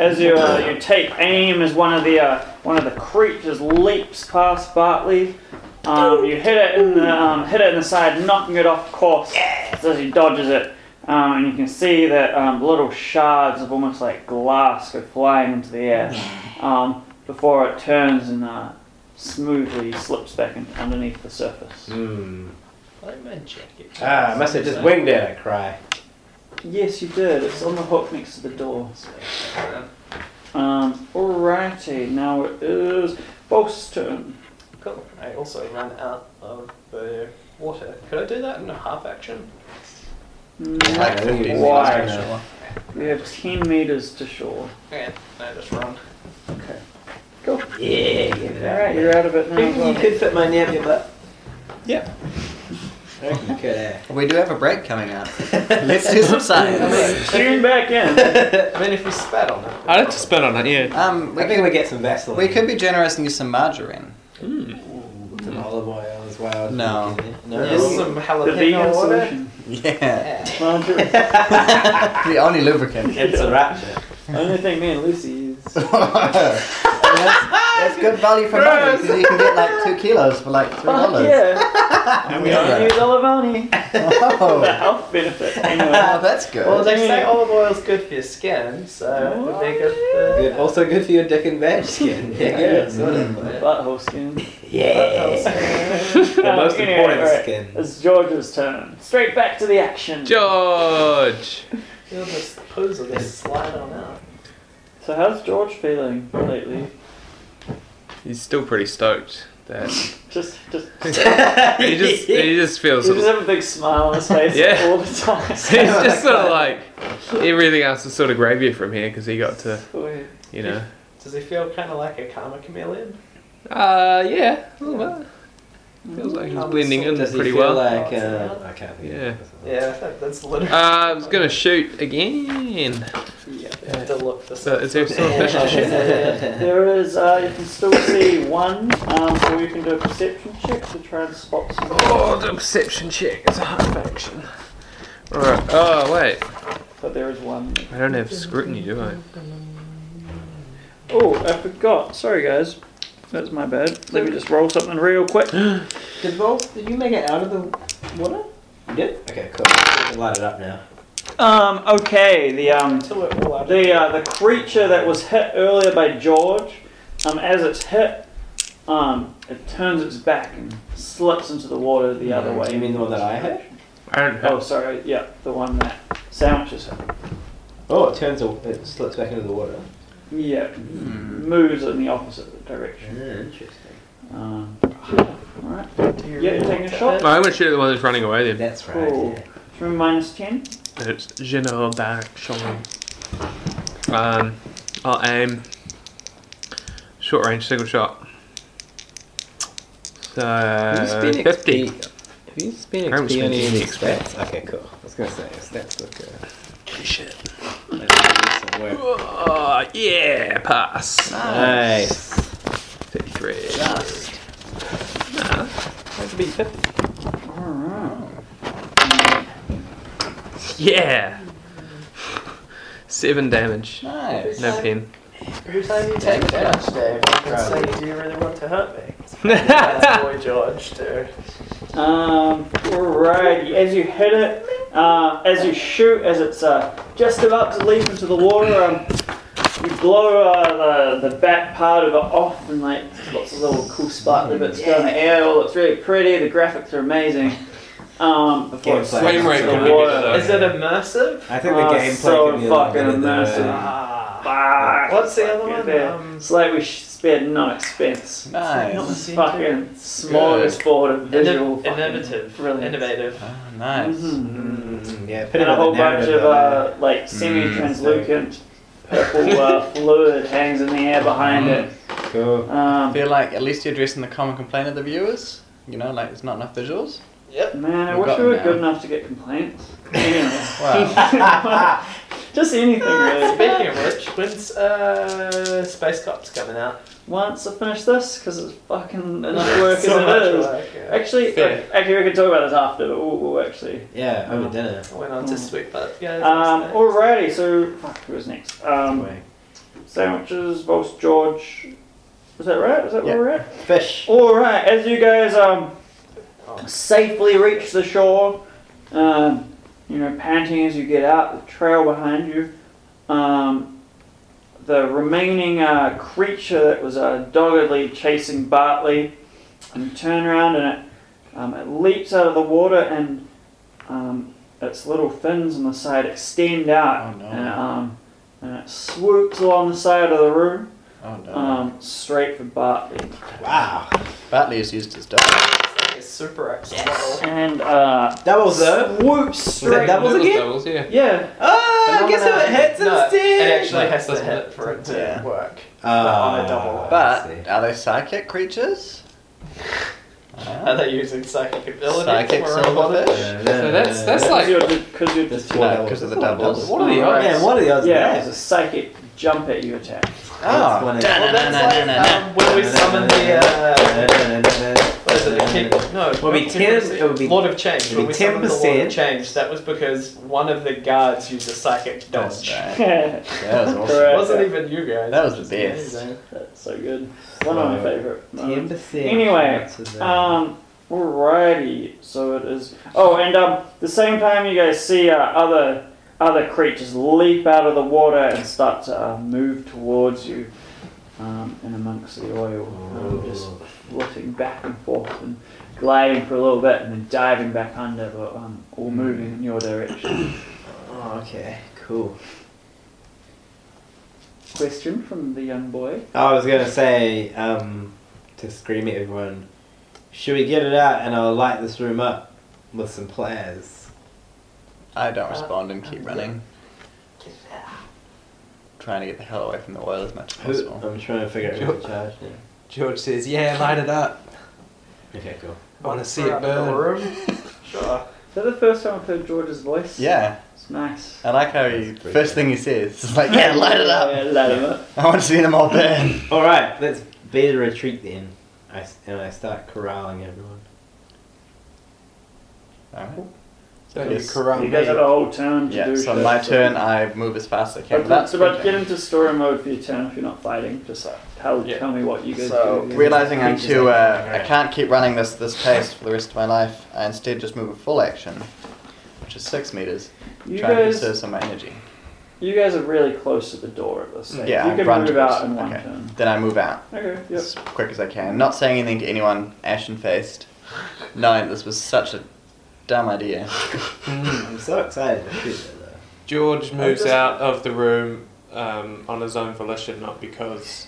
Speaker 5: as you uh, you take aim, as one of the uh, one of the creatures leaps past Bartley, um, you hit it in the um, hit it in the side, knocking it off course so as he dodges it. Um, and you can see that um, little shards of almost like glass go flying into the air um, before it turns and uh, smoothly slips back in, underneath the surface.
Speaker 2: Hmm.
Speaker 6: Like my jacket.
Speaker 2: Ah, I must have just winged it. I cry.
Speaker 5: Yes, you did. It's on the hook next to the door. Um, alrighty, now it is Bolt's turn.
Speaker 6: Cool. I also run out of the water. Could I do that in a half action?
Speaker 4: It's
Speaker 5: Mm,
Speaker 4: like 15
Speaker 5: Why?
Speaker 4: meters from shore.
Speaker 5: We have 10 meters to shore.
Speaker 6: Okay. No, just run.
Speaker 5: Okay. Go.
Speaker 2: Yeah.
Speaker 5: Alright, you're out of it now. as well.
Speaker 2: fit my name in butt.
Speaker 6: Yeah.
Speaker 2: Okay.
Speaker 4: We do have a break coming up. let's do some science.
Speaker 5: Tune back in.
Speaker 6: I mean, if we spat on it.
Speaker 3: I'd have to spit on it. Yeah.
Speaker 4: Um, we,
Speaker 2: I think
Speaker 4: could,
Speaker 2: we get some Vaseline.
Speaker 4: we could be generous and use some margarine.
Speaker 2: some olive oil as well.
Speaker 4: No.
Speaker 6: There's some
Speaker 5: The vegan
Speaker 6: jalapeno water.
Speaker 5: solution.
Speaker 4: Yeah.
Speaker 5: Margarine.
Speaker 4: the only lubricant.
Speaker 2: It's a rapture.
Speaker 5: Only thing me and Lucy is.
Speaker 4: that's, that's good value for money because you can get like two kilos for like three
Speaker 5: Fuck
Speaker 4: dollars.
Speaker 5: yeah.
Speaker 4: And
Speaker 5: We don't use Olivani. The
Speaker 4: Oh,
Speaker 5: health benefit. Anyway.
Speaker 4: Oh, that's
Speaker 6: Well,
Speaker 4: good.
Speaker 6: they say olive oil's good for your skin, so
Speaker 5: Oh,
Speaker 6: they get the.
Speaker 2: Also good for your dick and vag skin.
Speaker 6: Yeah, sort
Speaker 4: Mm.
Speaker 6: of.
Speaker 5: Butthole skin.
Speaker 2: Yeah.
Speaker 6: um,
Speaker 5: the
Speaker 2: most important skin.
Speaker 5: It's George's turn. Straight back to the action.
Speaker 3: George.
Speaker 6: You'll just pose and just slide on out.
Speaker 5: So how's George feeling lately?
Speaker 3: He's still pretty stoked. That
Speaker 5: Just, just,
Speaker 3: he just he just feels.
Speaker 5: he just have a big smile on his face
Speaker 3: Yeah.
Speaker 5: all the time.
Speaker 3: He's just sort of like everything else is sort of gravy from here because he got to
Speaker 5: Wait.
Speaker 3: you know.
Speaker 6: Does he feel kind of like a karma chameleon?
Speaker 3: Uh yeah, a little bit. Feels like he's
Speaker 6: How
Speaker 3: blending in
Speaker 2: Does he
Speaker 3: pretty
Speaker 2: feel
Speaker 3: well.
Speaker 2: like uh, I can't think. of
Speaker 3: Yeah.
Speaker 2: it.
Speaker 6: Yeah, that, that's literally.
Speaker 3: Uh, I was gonna shoot again.
Speaker 6: yeah, I have to look this
Speaker 3: So
Speaker 6: up.
Speaker 3: is there still a fish to shoot?
Speaker 5: There is, uh, you can still see one, um, so you can do a perception check to try and spot some.
Speaker 3: Oh, the perception check. It's a half action. Alright. Oh wait,
Speaker 5: But there is one.
Speaker 3: I don't have scrutiny, do I?
Speaker 5: Oh, I forgot. Sorry, guys. That's my bad. Let me just roll something real quick.
Speaker 2: Did Rolf, did you make it out of the water? You did? Okay, cool. We can light it up now.
Speaker 5: Um, okay, the um,
Speaker 6: Until it will out.
Speaker 5: the uh, the creature that was hit earlier by George, um, as it's hit, um, it turns its back and slips into the water the other way.
Speaker 1: Do Mm-hmm. you mean the one that I hit?
Speaker 3: Aaron,
Speaker 5: Oh, sorry. Yeah, the one that sandwiches him.
Speaker 1: Oh, it turns, a- it slips back into the water.
Speaker 5: Yeah,
Speaker 4: Hmm.
Speaker 5: moves in the opposite direction.
Speaker 1: Interesting.
Speaker 5: Um, Alright. Yeah, taking a shot.
Speaker 3: I'm going to shoot the one that's running away then.
Speaker 2: That's right.
Speaker 5: Cool.
Speaker 2: yeah.
Speaker 5: From minus 10.
Speaker 3: It's General Direction. Um, I'll aim. Short range single shot. So,
Speaker 2: Have you spent
Speaker 3: 50.
Speaker 2: XP? Have you spent
Speaker 3: I haven't
Speaker 2: XP on
Speaker 3: spent
Speaker 2: any of
Speaker 3: any
Speaker 2: these stats? Okay, cool. I was gonna say stats look good.
Speaker 3: Shit.
Speaker 2: Let's do some work.
Speaker 3: Oh, yeah, pass.
Speaker 2: Nice.
Speaker 3: 53.
Speaker 2: How'd you beat 50?
Speaker 5: Alright.
Speaker 3: Yeah. Seven damage.
Speaker 4: Nice.
Speaker 3: No pin.
Speaker 6: Every time you take damage, Dave, I can say, do you really want to hurt me? That's
Speaker 3: yeah,
Speaker 6: boy George, dude.
Speaker 5: Um, alright, as you hit it, uh, as you shoot, as it's uh, just about to leap into the water, um, you blow uh, the, the back part of it off and like lots of little cool sparkly bits go in the air. It looks really pretty, the graphics are amazing. Um, before it
Speaker 2: Gameplay.
Speaker 5: sinks
Speaker 2: Frame rate
Speaker 5: into
Speaker 2: could
Speaker 5: the
Speaker 2: be
Speaker 5: water.
Speaker 3: better,
Speaker 6: Is it immersive?
Speaker 2: I think the
Speaker 5: Oh,
Speaker 2: gameplay
Speaker 5: so
Speaker 2: could be a lot better
Speaker 5: fucking
Speaker 2: than that.
Speaker 5: immersive.
Speaker 6: Ah.
Speaker 5: Fuck.
Speaker 6: What's the other
Speaker 5: Fucking
Speaker 6: one?
Speaker 5: there.
Speaker 6: Um,
Speaker 5: It's like we sh- spared no expense.
Speaker 4: Nice.
Speaker 5: It's fucking smallest board of visual.
Speaker 6: Inno-
Speaker 5: fucking
Speaker 6: innovative.
Speaker 5: brilliance.
Speaker 6: Innovative.
Speaker 4: Ah, nice.
Speaker 5: Mhm.
Speaker 2: Mm, yeah,
Speaker 5: And a whole bunch of uh, like semi-translucent purple uh, fluid hangs in the air behind it.
Speaker 2: Cool.
Speaker 4: I
Speaker 5: Um,
Speaker 4: feel like at least you're addressing the common complaint of the viewers. You know, like it's not enough visuals.
Speaker 6: Yep.
Speaker 5: man, I
Speaker 4: We've
Speaker 5: wish
Speaker 4: got
Speaker 5: we were
Speaker 4: them
Speaker 5: good
Speaker 4: now.
Speaker 5: enough to get complaints. Anyway,
Speaker 4: Wow.
Speaker 5: just anything really.
Speaker 6: Speaking of which, when's uh, Space Cops coming out?
Speaker 5: Once I finish this, because it's fucking enough work as it is.
Speaker 6: work. yeah.
Speaker 5: Actually,
Speaker 6: Fair.
Speaker 5: uh, actually, we can talk about this after, but we'll, we'll actually
Speaker 2: Yeah, over dinner.
Speaker 6: I went on to sweep up. Yeah.
Speaker 5: Um,
Speaker 6: that's nice.
Speaker 5: alrighty, so fuck, who was next? Um,
Speaker 2: Anyway.
Speaker 5: sandwiches, both George. Is that right? Is that where
Speaker 4: Yeah.
Speaker 5: we're at?
Speaker 2: Fish.
Speaker 5: Alright, as you guys um
Speaker 6: Oh.
Speaker 5: safely reach the shore, um, you know, panting as you get out, the trail behind you, um, the remaining uh, creature that was uh, doggedly chasing Bartley, and you turn around and it, um, it leaps out of the water and um, its little fins on the side extend out
Speaker 4: Oh, no.
Speaker 5: and, it, um, and it swoops along the side of the room
Speaker 4: Oh no.
Speaker 5: um, straight for Bartley.
Speaker 2: Wow.
Speaker 4: Batley is used as dog.
Speaker 6: It's super excellent.
Speaker 5: And uh,
Speaker 2: Doubles though.
Speaker 5: Swoops straight.
Speaker 2: doubles again?
Speaker 3: Doubles, yeah.
Speaker 5: Yeah.
Speaker 2: Oh, I guess who it hits
Speaker 6: No,
Speaker 2: instead.
Speaker 6: It actually
Speaker 2: No.
Speaker 6: has to hit for it to
Speaker 4: Yeah.
Speaker 6: work.
Speaker 2: Ah,
Speaker 6: on a double.
Speaker 2: I see.
Speaker 4: But are they psychic creatures? Ah.
Speaker 6: Are they using psychic ability?
Speaker 4: Psychic
Speaker 6: for robotic?
Speaker 4: silverfish?
Speaker 3: So that's that's
Speaker 5: Because
Speaker 3: like
Speaker 5: you're, because you're
Speaker 2: That's
Speaker 5: just.
Speaker 2: two
Speaker 4: No,
Speaker 2: doubles.
Speaker 4: because of the
Speaker 2: That's a lot of
Speaker 4: doubles.
Speaker 3: what are the
Speaker 5: Alright.
Speaker 3: odds?
Speaker 2: Man, what are the odds? of
Speaker 5: Yeah,
Speaker 2: that?
Speaker 5: it's a psychic jump at you attack.
Speaker 2: That's one
Speaker 4: Oh.
Speaker 2: of-
Speaker 6: Well, that's like um, when we summon the uh, what is it? The king? No,
Speaker 2: Well, it'd be ten- it would be-
Speaker 6: Lord of Change.
Speaker 2: it'd
Speaker 6: When
Speaker 2: be
Speaker 6: we summoned the Lord
Speaker 2: 10%.
Speaker 6: of Change, that was because one of the guards used a psychic
Speaker 4: That's
Speaker 6: dodge.
Speaker 4: right.
Speaker 5: That's
Speaker 4: That was awesome.
Speaker 5: Correct.
Speaker 6: It wasn't even you guys.
Speaker 4: That was
Speaker 6: it
Speaker 4: the best.
Speaker 6: amazing.
Speaker 5: so good. One of my favorite.
Speaker 2: Ten
Speaker 5: moments.
Speaker 2: percent.
Speaker 5: Anyway, Um, alrighty. So it is. Oh, and um, the same time you guys see uh, other other creatures leap out of the water and start to uh, move towards you, um, in amongst the oil, um,
Speaker 2: Oh.
Speaker 5: just floating back and forth and gliding for a little bit and then diving back under, but um, all moving in your direction.
Speaker 2: Oh, okay, cool.
Speaker 5: Question from the young boy.
Speaker 2: I was gonna say um, to scream at everyone. Should we get it out and I'll light this room up with some players?
Speaker 4: I don't respond and keep running. Trying to get the hell away from the oil as much as possible.
Speaker 2: I'm trying to figure out who to charge now.
Speaker 7: George says, "Yeah, light it up.
Speaker 2: Okay, cool.
Speaker 7: I want to see
Speaker 6: We're
Speaker 7: it
Speaker 6: up in the
Speaker 7: burn."
Speaker 6: room. Sure.
Speaker 5: Is that the first time I've heard George's voice?
Speaker 4: Yeah, Um,
Speaker 5: It's nice.
Speaker 4: I like how he,
Speaker 2: That's pretty
Speaker 4: first thing he says is like, yeah, light it
Speaker 5: Yeah,
Speaker 4: up.
Speaker 5: light it up.
Speaker 4: I want to see them all burn.
Speaker 2: All right, let's beat a retreat then. I s and I start corralling everyone.
Speaker 4: Alright.
Speaker 7: Don't you
Speaker 4: Yes.
Speaker 7: corrupt
Speaker 5: You guys
Speaker 7: me.
Speaker 5: have a whole turn to
Speaker 4: Yeah,
Speaker 5: do
Speaker 4: so
Speaker 5: shit.
Speaker 4: my turn, I move as fast as I can.
Speaker 5: But
Speaker 4: without
Speaker 5: that's about get
Speaker 4: sprinting.
Speaker 5: into story mode for your turn if you're not fighting. Just like tell,
Speaker 6: Yeah.
Speaker 5: tell me what you guys
Speaker 6: So,
Speaker 5: do.
Speaker 4: Realizing I'm too, uh, I can't keep running this this pace for the rest of my life. I instead just move a full action. which is six meters,
Speaker 5: You
Speaker 4: trying
Speaker 5: guys,
Speaker 4: to conserve some of my energy.
Speaker 5: you guys are really close to the door at this stage.
Speaker 4: Yeah,
Speaker 5: you can
Speaker 4: I run
Speaker 5: move
Speaker 4: towards-
Speaker 5: out in one
Speaker 4: okay.
Speaker 5: turn.
Speaker 4: Then I move out
Speaker 5: Okay, yep.
Speaker 4: as quick as I can. Not saying anything to anyone, ashen faced, knowing this was such a dumb idea.
Speaker 1: I'm so excited to do that though.
Speaker 7: George
Speaker 3: moves out of the room um, on his own volition, not because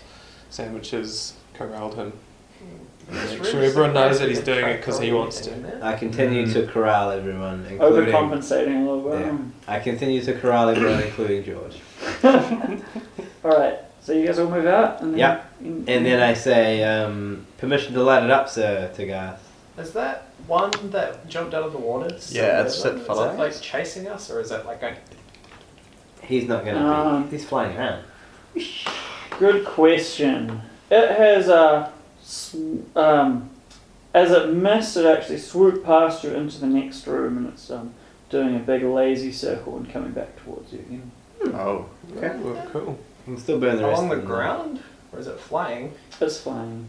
Speaker 3: sandwiches corralled him.
Speaker 6: Hmm.
Speaker 3: Make sure everyone knows that he's doing it 'cause he wants to.
Speaker 2: I continue to corral everyone, including
Speaker 5: Overcompensating a little bit.
Speaker 2: Yeah. I continue to corral everyone, including George.
Speaker 5: All right, so you guys all move out, and then
Speaker 2: Yeah.
Speaker 5: and,
Speaker 2: And then I say, um, "Permission to light it up, sir." To Garth.
Speaker 6: Is that one that jumped out of the water?
Speaker 4: Yeah, it's-
Speaker 6: Is
Speaker 4: it follows.
Speaker 6: that like chasing us, or is that like going?
Speaker 2: He's not gonna.
Speaker 5: Um,
Speaker 2: be, he's flying around.
Speaker 5: Good question. It has a, s- um, as it missed, it actually swooped past you into the next room, and it's um, doing a big lazy circle and coming back towards you. Again.
Speaker 4: Oh.
Speaker 7: Okay, well, cool.
Speaker 2: I'm still burning the rest
Speaker 6: along the
Speaker 2: of them.
Speaker 6: ground, or is it flying?
Speaker 5: It's flying,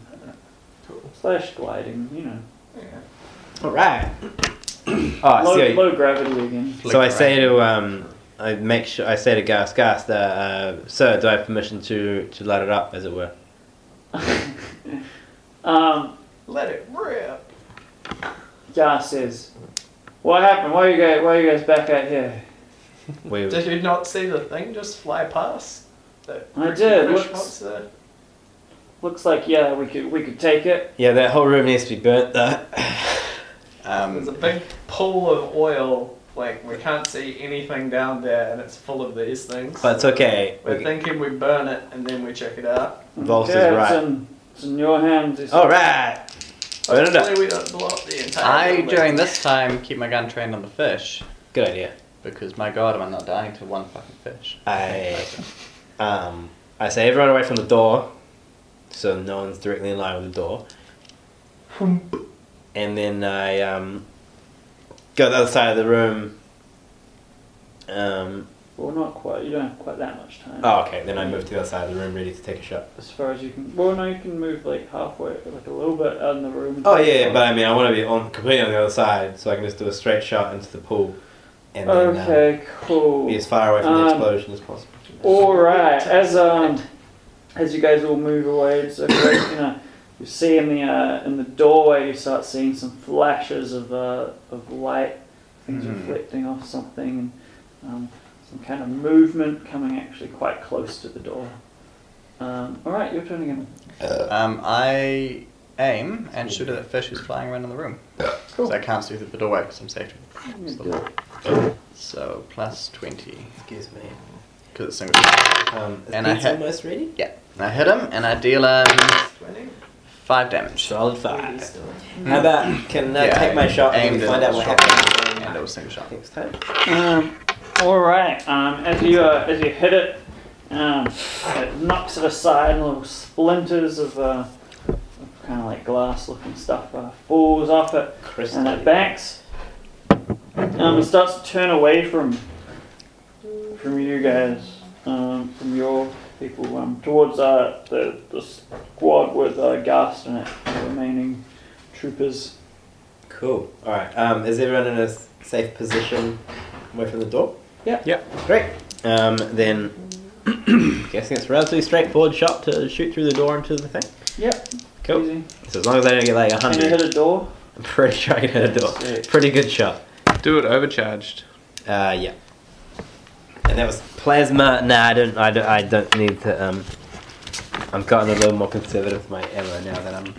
Speaker 7: Cool.
Speaker 5: slash gliding. You know,
Speaker 6: Yeah.
Speaker 2: All right. oh, I
Speaker 5: low,
Speaker 2: see what you-
Speaker 5: low gravity again.
Speaker 2: so I say to um, I make sure I say to Garth, Garth, uh, uh, sir, do I have permission to to light it up, as it were?
Speaker 5: Um,
Speaker 6: Let it rip.
Speaker 5: Gar says, "What happened? Why are you guys? Why are you guys back out here?"
Speaker 2: We,
Speaker 6: Did you not see the thing just fly past? That
Speaker 5: I
Speaker 6: freaking
Speaker 5: did,
Speaker 6: fish
Speaker 5: looks-
Speaker 6: monster?
Speaker 5: Looks like yeah, we could we could take it.
Speaker 2: yeah, that whole room needs to be burnt. Though.
Speaker 6: There's a
Speaker 4: Um,
Speaker 6: big pool of oil. Like we can't see anything down there, and it's full of these things.
Speaker 2: But it's okay.
Speaker 6: we're thinking we burn it and then we check it out.
Speaker 2: Volst is
Speaker 5: Okay,
Speaker 2: right. Oh,
Speaker 5: It's in, it's in your hands. It's-
Speaker 2: All right. Burn it up.
Speaker 6: Hopefully we don't blow up the entire.
Speaker 4: I,
Speaker 6: building.
Speaker 4: during this time, keep my gun trained on the fish,
Speaker 2: Good idea.
Speaker 4: because my god, am I not dying to one fucking fish.
Speaker 2: I um, I say everyone away from the door, so no one's directly in line with the door. And then I um, go to the other side of the room. Um,
Speaker 5: Well, not quite. You don't have quite that much time.
Speaker 2: oh, okay. Then I move to the other side of the room, ready to take a shot.
Speaker 5: As far as you can. Well, no, you can move like halfway, like a little bit out in the room.
Speaker 2: Oh yeah, yeah, but I mean, I want to be on completely on the other side, so I can just do a straight shot into the pool, and then uh,
Speaker 5: Okay,
Speaker 2: be
Speaker 5: cool.
Speaker 2: as far away from
Speaker 5: Um,
Speaker 2: the explosion as possible.
Speaker 5: All right. As um, as you guys all move away, it's a great, you know. You see in the uh, in the doorway, you start seeing some flashes of uh, of light, things
Speaker 2: Hmm.
Speaker 4: Mhm.
Speaker 5: reflecting off something, and um, some kind of movement coming actually quite close to the door. Um, all right, your turn again.
Speaker 2: Uh,
Speaker 4: Um, I aim and shoot at that fish who's flying around in the room.
Speaker 5: Cool.
Speaker 4: So I can't see through the doorway because I'm safe.
Speaker 5: You do it.
Speaker 4: So plus 20,
Speaker 2: Excuse me.
Speaker 4: because it's single.
Speaker 2: Um,
Speaker 4: And I ha-
Speaker 2: almost ready.
Speaker 4: Yeah. And I hit him and I deal um,
Speaker 6: 20?
Speaker 4: five damage.
Speaker 2: Solid
Speaker 6: Maybe
Speaker 2: five. Mm-hmm.
Speaker 6: still.
Speaker 2: How about can I
Speaker 4: Yeah,
Speaker 2: take my shot and
Speaker 4: aimed
Speaker 2: we find
Speaker 4: at
Speaker 2: out what
Speaker 4: the
Speaker 2: happens
Speaker 4: And it was single shot.
Speaker 2: next time?
Speaker 5: Um, all right. Um, as you uh, as you hit it, um, it knocks it aside, and little splinters of, uh, of kind of like glass-looking stuff uh, falls off it, and it backs. Um, it starts to turn away from from you guys, um, from your people, um, towards uh, the the squad with uh, Gast and it, the remaining troopers.
Speaker 2: Cool. All right. Um, is everyone in a s- safe position away from the door?
Speaker 5: Yeah.
Speaker 3: Yeah.
Speaker 2: Great. Um, then, guessing it's a relatively straightforward shot to shoot through the door into the thing.
Speaker 5: Yep.
Speaker 2: Cool.
Speaker 5: Easy.
Speaker 2: So as long as I don't get like a
Speaker 5: And you hit
Speaker 2: hundred,
Speaker 5: a door.
Speaker 2: I'm pretty sure I can hit a door.
Speaker 5: Sweet.
Speaker 2: Pretty good shot.
Speaker 3: Do it overcharged.
Speaker 2: Uh, yeah. And that was plasma. Nah, I don't. I don't. I don't need to. Um, I'm gotten a little more conservative with my ammo now that I'm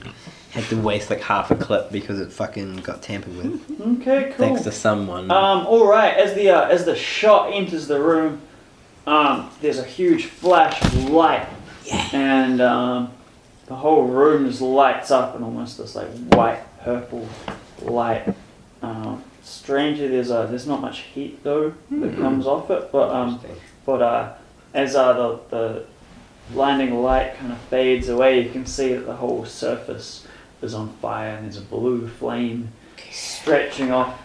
Speaker 2: had to waste like half a clip because it fucking got tampered with.
Speaker 5: Okay. Cool.
Speaker 2: Thanks to someone.
Speaker 5: Um, all right. As the uh, as the shot enters the room, um, there's a huge flash of light, and um, the whole room just lights up in almost this like white purple light. Um, strangely, there's uh, there's not much heat though that comes off it, but um, but uh, as uh, the, the blinding light kind of fades away, you can see that the whole surface is on fire and there's a blue flame stretching off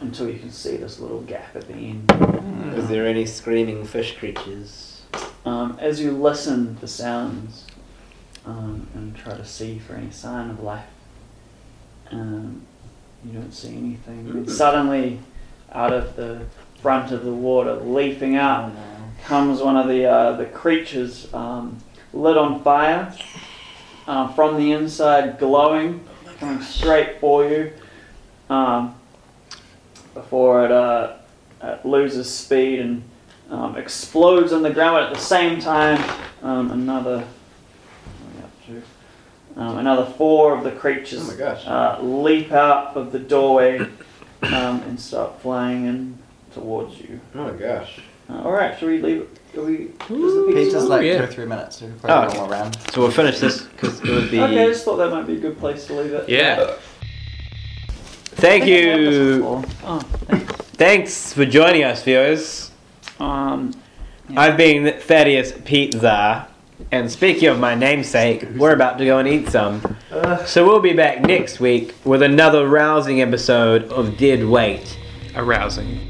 Speaker 5: until you can see this little gap at the end.
Speaker 2: Is there any screaming fish creatures?
Speaker 5: Um, as you listen for sounds um, and try to see for any sign of life, um, you don't see anything. And suddenly, out of the front of the water, leaping out
Speaker 4: Oh, no.
Speaker 5: comes one of the uh, the creatures um, lit on fire uh, from the inside, glowing, coming straight for you. Um, before it, uh, it loses speed and um, explodes on the ground but at the same time. Um, another what are we up to? Um, another four of the creatures
Speaker 4: Oh my gosh.
Speaker 5: uh, leap out of the doorway um, and start flying in towards you.
Speaker 4: Oh my gosh.
Speaker 5: Uh, all right, should we leave? it- Are we? Is the pizza
Speaker 4: Peter's
Speaker 5: on?
Speaker 4: like
Speaker 2: yeah.
Speaker 4: two or three minutes, so we can probably
Speaker 2: Oh,
Speaker 4: go all around.
Speaker 2: So we'll finish this because it would be.
Speaker 5: Okay, I just thought that might be a good place to leave it.
Speaker 2: Yeah.
Speaker 5: I
Speaker 2: Thank
Speaker 5: think I've had this
Speaker 2: you.
Speaker 5: before. Oh,
Speaker 2: Thanks for joining us, viewers.
Speaker 5: um,
Speaker 2: I've been Thaddeus Pizza. And speaking of Uh. my namesake, we're about to go and eat some. So we'll be back next week with another rousing episode of Dead Weight.
Speaker 7: Arousing.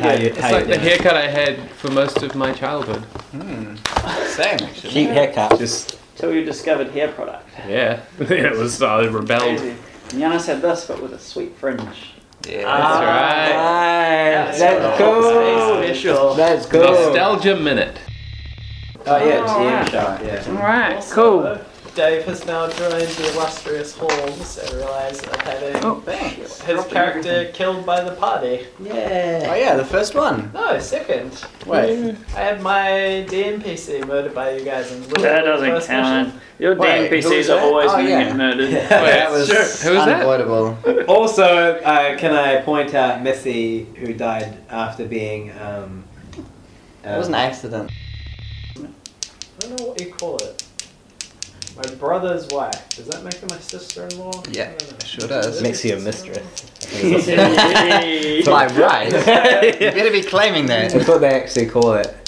Speaker 2: How you,
Speaker 7: It's
Speaker 2: how
Speaker 7: like the
Speaker 2: you doing?
Speaker 7: haircut I had for most of my childhood.
Speaker 4: Same, actually.
Speaker 2: Cheap haircut. Just
Speaker 5: till you discovered hair product.
Speaker 7: Yeah, it was. I rebelled.
Speaker 5: Crazy. Giannis had this, but with a sweet fringe.
Speaker 4: Yeah.
Speaker 7: right.
Speaker 2: Nice. That's
Speaker 5: Oh,
Speaker 2: cool.
Speaker 5: special.
Speaker 2: That's cool.
Speaker 7: Nostalgia minute.
Speaker 2: Oh yeah, it's
Speaker 5: Oh,
Speaker 2: yeah.
Speaker 5: yeah.
Speaker 2: shop. Yeah.
Speaker 5: All right,
Speaker 6: Also,
Speaker 5: cool.
Speaker 6: Dave has now joined the illustrious halls and realized of having
Speaker 5: Oh,
Speaker 4: Thanks.
Speaker 6: his character killed by the party.
Speaker 4: Oh yeah, the first one.
Speaker 6: No, second.
Speaker 4: Wait.
Speaker 6: I had my DMPC murdered by you guys in literally
Speaker 5: That
Speaker 6: the
Speaker 5: doesn't
Speaker 6: first
Speaker 5: count. Your
Speaker 4: Wait,
Speaker 5: damn PCs
Speaker 4: who's
Speaker 5: are
Speaker 4: that?
Speaker 5: always
Speaker 4: Oh,
Speaker 5: going to
Speaker 4: yeah.
Speaker 5: get murdered.
Speaker 7: Oh,
Speaker 4: that was
Speaker 7: Sure. Who was that?
Speaker 4: unavoidable.
Speaker 2: Also, uh, can I point out Missy, who died after being. Um, uh,
Speaker 4: It was an accident.
Speaker 6: I don't know what you call it. My brother's wife. Does that make her my sister-in-law?
Speaker 4: Yeah,
Speaker 6: I don't know.
Speaker 4: it sure does.
Speaker 6: it
Speaker 2: Makes you a
Speaker 6: sister-in-law?
Speaker 2: mistress.
Speaker 4: My right. You better be claiming that.
Speaker 2: That's what they actually call it.